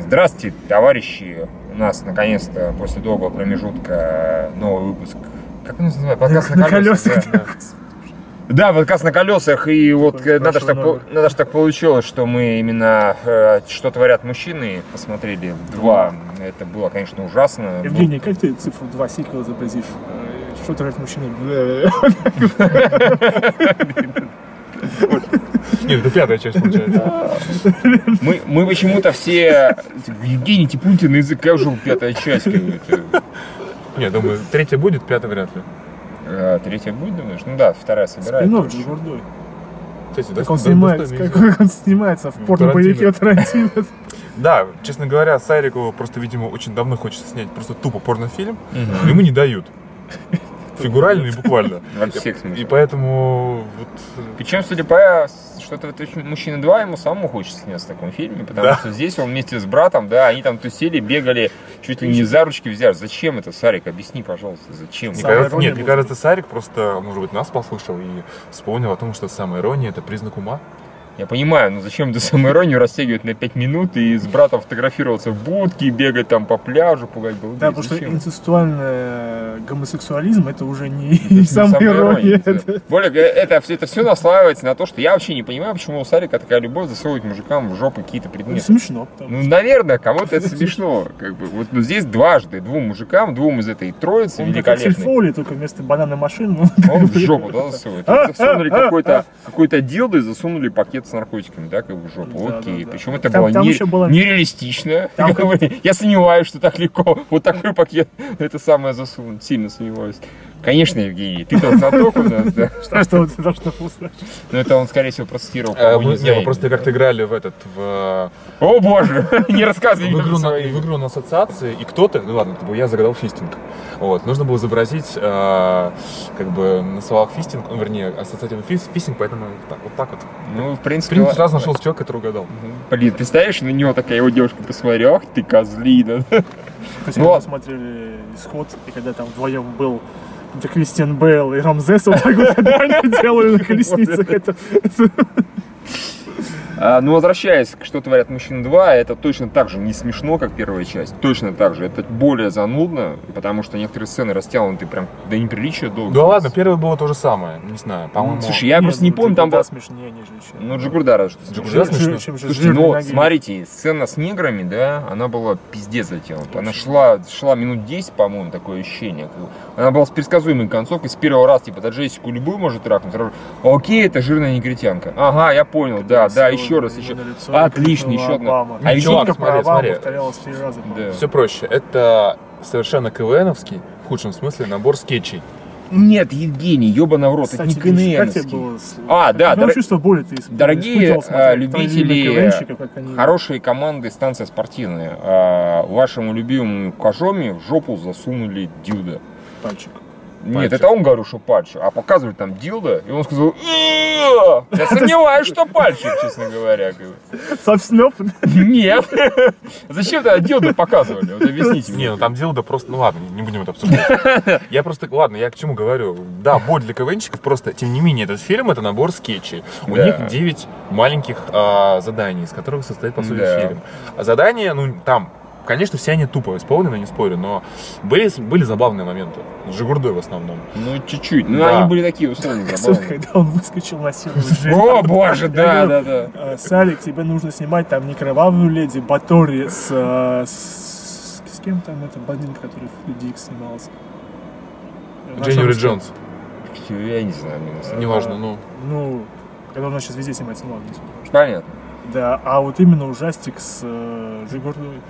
Здравствуйте, товарищи! У нас наконец-то после долгого промежутка э, новый выпуск. Как он называется? Подкаст на колесах. да. Да, подкаст на колесах, и вот После э, надо ж так, прошлого по- надо ж так получилось, что мы именно э, «Что творят мужчины» посмотрели два. Это было, конечно, ужасно. Ну, Евгений, как ты цифру 2 сиквела изобразишь? Э, Что тратить мужчина? Нет, это пятая часть получается. Мы, мы почему-то все... типа, Евгений Типунтин на языке уже пятая часть какая-то. Нет, думаю, третья будет, пятая вряд ли. А, Третья будет, думаешь? Ну да, вторая собирает. Спинов же гордой. Кстати, Как да, он да, снимается, достойный. как он снимается в Ну, порно-боевике Тарантино. Да, честно говоря, Сайрику просто, видимо, очень давно хочется снять просто тупо порнофильм, Мгм. но ему не дают. Фигурально и буквально. Во всех И смыслах. поэтому вот Причем, судя по что-то вот очень «Мужчина 2», ему самому хочется сняться в таком фильме, потому Да. что здесь он вместе с братом, да, они там тусили, бегали, чуть ли не за ручки взяли. Зачем это, Сарик? Объсни, пожалуйста, зачем? мне Самая кажется, ирония нет, мне была. кажется, Сарик просто, может быть, нас послушал и вспомнил о том, что самая ирония это признак ума. Я понимаю, но зачем эту самоиронию растягивать на 5 минут и с братом фотографироваться в будке, бегать там по пляжу, пугать голубей? Да, потому что Зачем? инцестуальный э, гомосексуализм это уже Это не не самая ирония. да. Ну, это- Более говоря, это, все- это все наслаивается на то, что я вообще не понимаю, почему у Сарика такая любовь засовывать мужикам в жопу какие-то Ну, предметы. Смешно. потому Ну, наверное, кому-то это смешно. Как бы. Вот ну, здесь дважды, двум мужикам, двум из этой что троицы Он как Аксель великолепной. Фоули, только вместо банана машин. Он в жопу да, засовывает. А, Вот Засунули а, а, какой-то какой-то дилдо и засунули пакет с наркотиками, да, как бы в жопу. Да, Окей. да, да. Причем это Там- было там не- еще было- нереалистично. Там Как бы, Я сомневаюсь, что так легко вот такой пакет это самое засунуть. Сильно сомневаюсь. Конечно, Евгений, ты-то знаток у нас, да. Что что вот это что вкусно. Но это он, скорее всего, процитировал. Э, кого не Мы не, знаю. мы просто как-то играли в этот, в О боже, не в рассказывай мне про игру, на, свои в игры. игру на ассоциации, и кто-то, ну ладно, это был я загадал фистинг. Вот, нужно было изобразить, э, как бы, на словах фистинг, ну, вернее, ассоциативный фис- фистинг, поэтому так, вот так вот. Ну, в В принципе, принципе, ладно. сразу нашелся человек, который угадал. Блин, представляешь, на него такая его девушка посмотрела, ах ты козлина. Ну Кстати, когда мы ладно. смотрели исход, и когда там вдвоем был это Кристиан Бейл и Рамзес, вот так вот они делали на колесницах. Это А, ну, возвращаясь к «Что творят мужчины 2», это точно так же не смешно, как первая часть. Точно так же. Это более занудно, потому что некоторые сцены растянуты прям до неприличия долго. Да ладно, первое было то же самое, не знаю, по-моему. Слушай, я просто не помню, там было был... ну, смешнее, они же еще. Ну, Джигурдара, что Джигурдара смешно. смешно. Чем же Слушайте, ну жирные ноги. смотрите, сцена с неграми, да, она была пиздец затянута. Она шла, шла минут 10, по-моему, такое ощущение. Она была с предсказуемой концовкой. С первого раза, типа, да Джессику любую может трахнуть. Сразу, Окей, это жирная негритянка. Ага, я понял, да, да, Красиво еще раз, было еще. на лицо, Отлично, крикнула еще одна. Обама. А ведь Чувак, Шутка смотри, про Обаму смотри. повторялась три раза. по-моему. Да. Все проще. Это совершенно КВНовский, в худшем смысле, набор скетчей. Нет, Евгений, ебаный в рот, это Кстати, не Гриша, как тебе КНРовский. было слушать? А, да, Какое дор- чувство боли ты испытывал, дорогие, испытывал, смотря а, на твоих любители, любимых КВНщиков, как они- Хорошие команды станция спортивная. А вашему любимому Кожоме в жопу засунули дюда. Пальчик. Нет, Пальчик. это он говорил, что пальчик, а показывает там дилда, и он сказал, «Э-э-э!» я сомневаюсь, что пальчик, честно говоря. как бы. Совснёб. Нет. Зачем тогда дилда показывали? Вот объясните Не, мне. ну там дело да просто, ну ладно, не будем это обсуждать. Я просто, ладно, я к чему говорю. Да, боль для КВНчиков, просто, тем не менее, этот фильм это набор скетчей. У Да. них 9 маленьких а, заданий, из которых состоит, по сути, Да. фильм. А задания, ну, там, конечно, все они тупо исполнены, не спорю, но были, были забавные моменты. С Жигурдой в основном. Ну, чуть-чуть. Ну, Да. они были такие условно забавные. Когда он выскочил на силу из жизни. О, боже, да, Я да, да. Э, Сарик, тебе нужно снимать там не кровавую леди Батори с, э, с, с кем там эта блондинка, который в Люди Икс Э, снимался. Ну, Дженнифер Джонс. Я не знаю, мне на самом деле. Неважно, ну. Ну, когда она сейчас везде снимается, ну ладно. не суть. Понятно. Да, а вот именно ужастик с э, Жигурдой.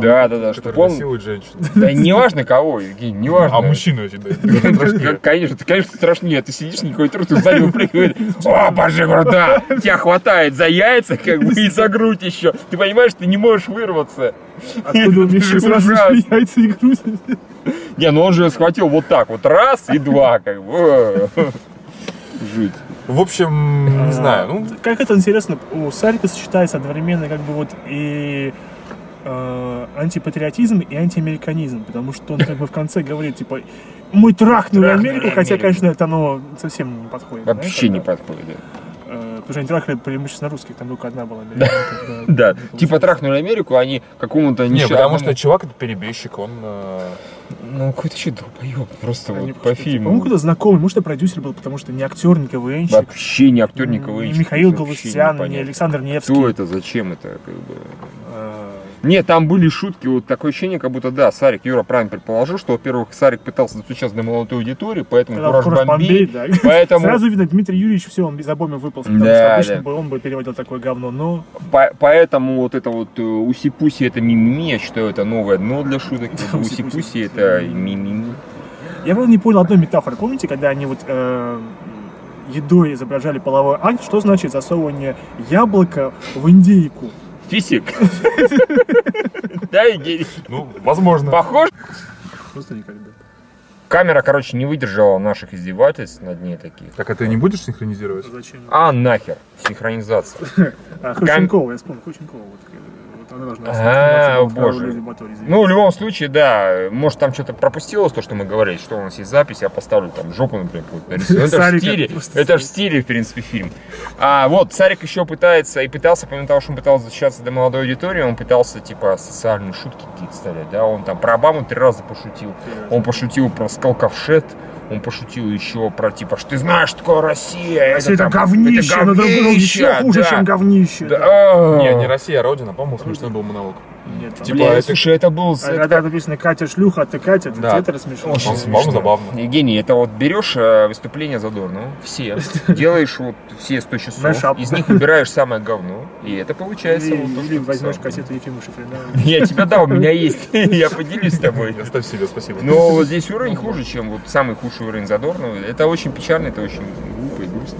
Да, да, да, А что Который помню. насилует женщин. Да не важно кого, Евгений, не важно. А мужчину эти, да, это Как- страшнее. Конечно, ты, конечно, страшнее. Ты сидишь, никакой труд, ты сзади выпрыгивает. О, боже, круто! Тебя хватает за яйца, как бы, и за грудь еще. Ты понимаешь, ты не можешь вырваться. Откуда он Это мне же сейчас сразу ужасно. яйца и грудь? Не, ну он же схватил вот так вот, раз и два, как бы. О, Жуть. В А, общем, не знаю, ну, А, Как это интересно, у Сарика сочетается одновременно как бы вот и э, антипатриотизм и антиамериканизм, потому что он как бы в конце говорит, типа, мы Трахнули трахнули Америку, хотя, Америку. конечно, это оно совсем не подходит. Вообще да, не когда, подходит. э, Потому что они трахали преимущественно русских, там только одна была американка. Да, получилось. типа трахнули Америку, а они какому-то Не, потому несчастному- что чувак это перебежчик, он... э, Ну, какой-то че долбоеб, просто Они вот просто, по типа, Ну, фильму. кто-то знакомый, может, и продюсер был, потому что не актер, не КВНщик, Вообще не актер, не м, КВН. не Михаил Галустян, не Александр Кто Невский. это, зачем это, как бы... Э, Не, там были шутки, вот такое ощущение, как будто, да, Сарик, Юра правильно предположил, что, во-первых, Сарик пытался достучаться до молодой аудитории, поэтому Когда в Ну, Кураж Кураж Бомбей, Бомбей, да. поэтому, Сразу видно, Дмитрий Юрьевич, все, он из обоймы выполз, потому Да, что обычно да. бы он бы переводил такое говно, но по- поэтому вот это вот э, уси-пуси это мимими, я считаю, это новое дно для шуток, как бы Уси-пуси. уси-пуси это мимими. Я правда не понял одной метафоры. Помните, когда они вот э, едой изображали половой акт, что значит засовывание яблока в индейку? Фисик. Да, Евгений? Ну, возможно. Похож? Просто никогда. Камера, короче, не выдержала наших издевательств над ней таких. Так, а ты не будешь синхронизировать? Зачем? А нахер, синхронизация. А, Хрущенкова, я вспомнил, Хрущенкова. Вот, э, вот она должна А, сниматься во втором боже. Леди Батори, извините. Ну, в любом случае, да, может, там что-то пропустилось, то, что мы говорили, что у нас есть запись, я поставлю там жопу, например, какую-то нарисую. Ну, Это же в Сарика стиле, просто это ж в стиле, в принципе, фильм. А вот, Царик еще пытается, и пытался, помимо того, что он пытался защищаться до молодой аудитории, он пытался, типа, социальные шутки какие-то вставлять, да, он там про Обаму три раза пошутил, Э, он пошутил про скалковшет, он пошутил еще про, типа, что ты знаешь, что такое Россия, Если а там- это, говнище, это оно другое еще говнище, хуже, да. чем говнище. Да, да. а. Не, не Россия, а Родина, по-моему, смешной был монолог. Нет, там- типа, Бля, это- слушай, это был... А когда написано Катя шлюха, а ты Катя, ты Да. тебя это рассмешило. Очень По-моему, смешно. по-моему, забавно. Э, Евгений, это вот берешь э, выступление Задорнова, все, делаешь вот все 100 часов, Мэшап. из них выбираешь самое говно, и это получается Или, вот то, что или ты возьмешь сам. кассету Ефима Шифрина. Я тебя да, у меня есть, я поделюсь с тобой. Оставь себе, спасибо. Но вот здесь уровень хуже, чем вот самый худший уровень Задорнова. Это очень печально, это очень глупо и грустно.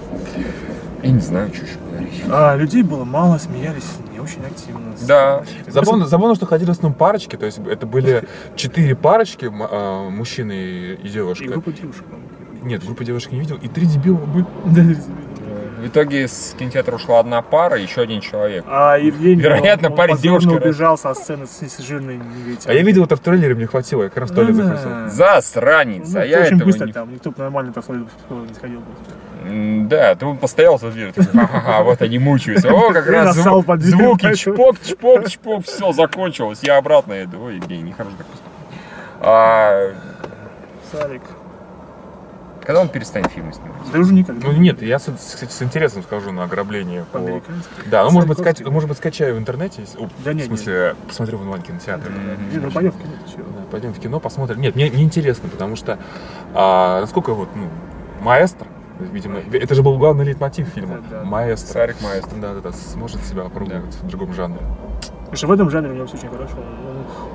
Я не знаю, что еще говорить. А, людей было мало, смеялись не очень активно. Да. Забавно, забавно, что ходили с ним парочки, то есть это были четыре парочки, м- а, мужчины и и И девушка. группа девушек. по-моему. Нет, группы девушек не видел, и три дебила были. Да. В итоге с кинотеатра ушла одна пара, еще один человек. А Евгений, Вероятно, он- он парень с позорно девушкой, да. убежал со сцены с несижирной невидимой. А я видел это в трейлере, мне хватило, я как раз в туалет Да. захотел. Засранец, а я Ну, очень этого быстро не... там, никто бы нормально так сходил, не сходил бы. М, Да, ты он постоял за дверью, такой, ха-ха-ха, вот они мучаются. О, как Я раз нассал зву- под дверь, звуки, поэтому- чпок, чпок, чпок, все, закончилось. Я обратно иду. Ой, не, нехорошо так поступать. А, Сарик. когда он перестанет фильмы снимать? Да уже никогда. Ну нет, я, с- кстати, с интересом скажу на ограбление по... По-американски. Да, ну может быть, Сарковский. скач- может быть скачаю в интернете, если- о, Да в нет, смысле, посмотрю в онлайн кинотеатр. Блин, ну боевки нет, чего. Да, Пойдем в кино, посмотрим. Нет, мне, мне интересно, потому что а, насколько вот, ну, маэстро, видимо, это же был главный лейтмотив фильма. Да, да. Маэстро. Сарик Маэстро. Да, да, да, сможет себя опробовать в другом жанре. Потому что в этом жанре у него все очень хорошо.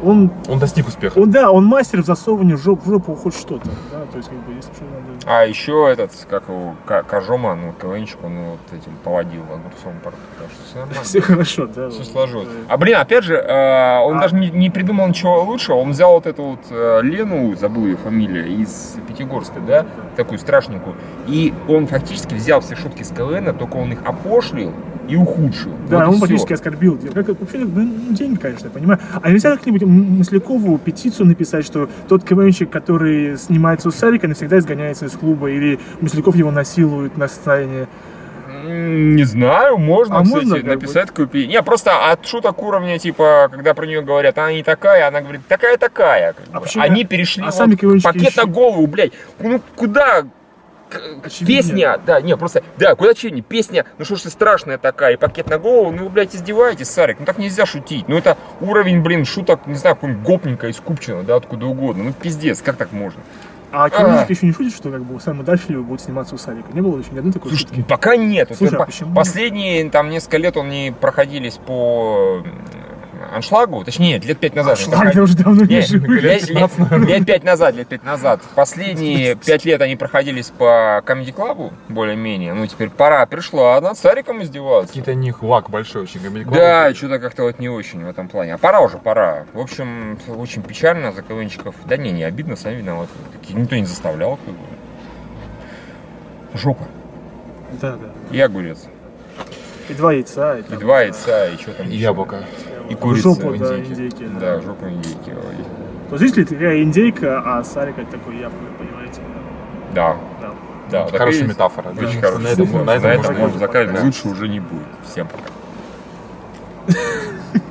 Он, он, Он достиг успеха. он, да, он мастер в засовывании в жоп- в жопу хоть что-то. Да, то есть, как бы, если что надо... А еще этот, как его, Ка- Кожома, ну, КВНчик, он его вот этим поводил огурцом, правда, так что все нормально. Все хорошо, да. Все сложилось. Да. А блин, опять же, э, он А. даже не, не придумал ничего лучшего. Он взял вот эту вот э, Лену, забыл ее фамилия, из Пятигорска, да, такую страшненькую. И он фактически взял все шутки с КВН, только он их опошлил и ухудшил. Да, Вот и он всё. фактически оскорбил. Я Как, вообще, как бы, ну, деньги, конечно, я понимаю. А нельзя как-нибудь М- Маслякову петицию написать, что тот КВНщик, который снимается у Сарика, навсегда изгоняется из клуба, или Масляков его насилует на сцене. М, Не знаю, можно, А кстати, можно, как бы? написать, купить. Не, просто от шуток уровня, типа, когда про нее говорят, она не такая, она говорит, такая-такая. как бы. А почему- Они перешли а вот сами КВНщики пакет еще- на голову, блядь. Ну куда? К- Очевидно. Песня, да, не, просто, да, куда чего не, песня, ну что ж ты страшная такая, и пакет на голову, ну вы, блядь, издеваетесь, Сарик, ну так нельзя шутить, ну это уровень, блин, шуток, не знаю, какой-нибудь гопника из Купчино, да, откуда угодно, ну пиздец, как так можно? А КВНщик еще не шутит, что как бы Саймон Дальфилев будет сниматься у Сарика. Не было еще ни одной такой Слушай, шутки. пока нет. Вот Слушай, а по- почему? Последние там несколько лет он не проходились по м, аншлагу, точнее, нет, лет пять назад. они Шлаг, проходили. А, я уже давно не Не, живу. лет, лет- лет пять назад, лет пять назад. Последние пять лет они проходились по Comedy Club, более-менее. Ну, теперь пора пришла, а над Сариком издеваться. Какие-то у них лак большой очень, гамильковый. Да, что-то как-то вот не очень в этом плане. А пора уже, пора. В общем, очень печально за КВНчиков. Да не, не обидно, сами виноваты. Такие никто не заставлял. как бы. Жопа. Да, да. И огурец. И два яйца. И, И там, два да, яйца, и что там? И еще? яблоко. И в курица жопу, да, индейки. индейки, Да, жопа индейки. ой. э, Вот здесь ли такая индейка, а Сарика такой я, понимаете? Да. Да. Да, Вот так и хорошая есть. метафора. Очень Да. хороший. На этом, смысл. на этом можно можно можно заканчивать. заканчивать. Лучше уже не будет. Всем пока.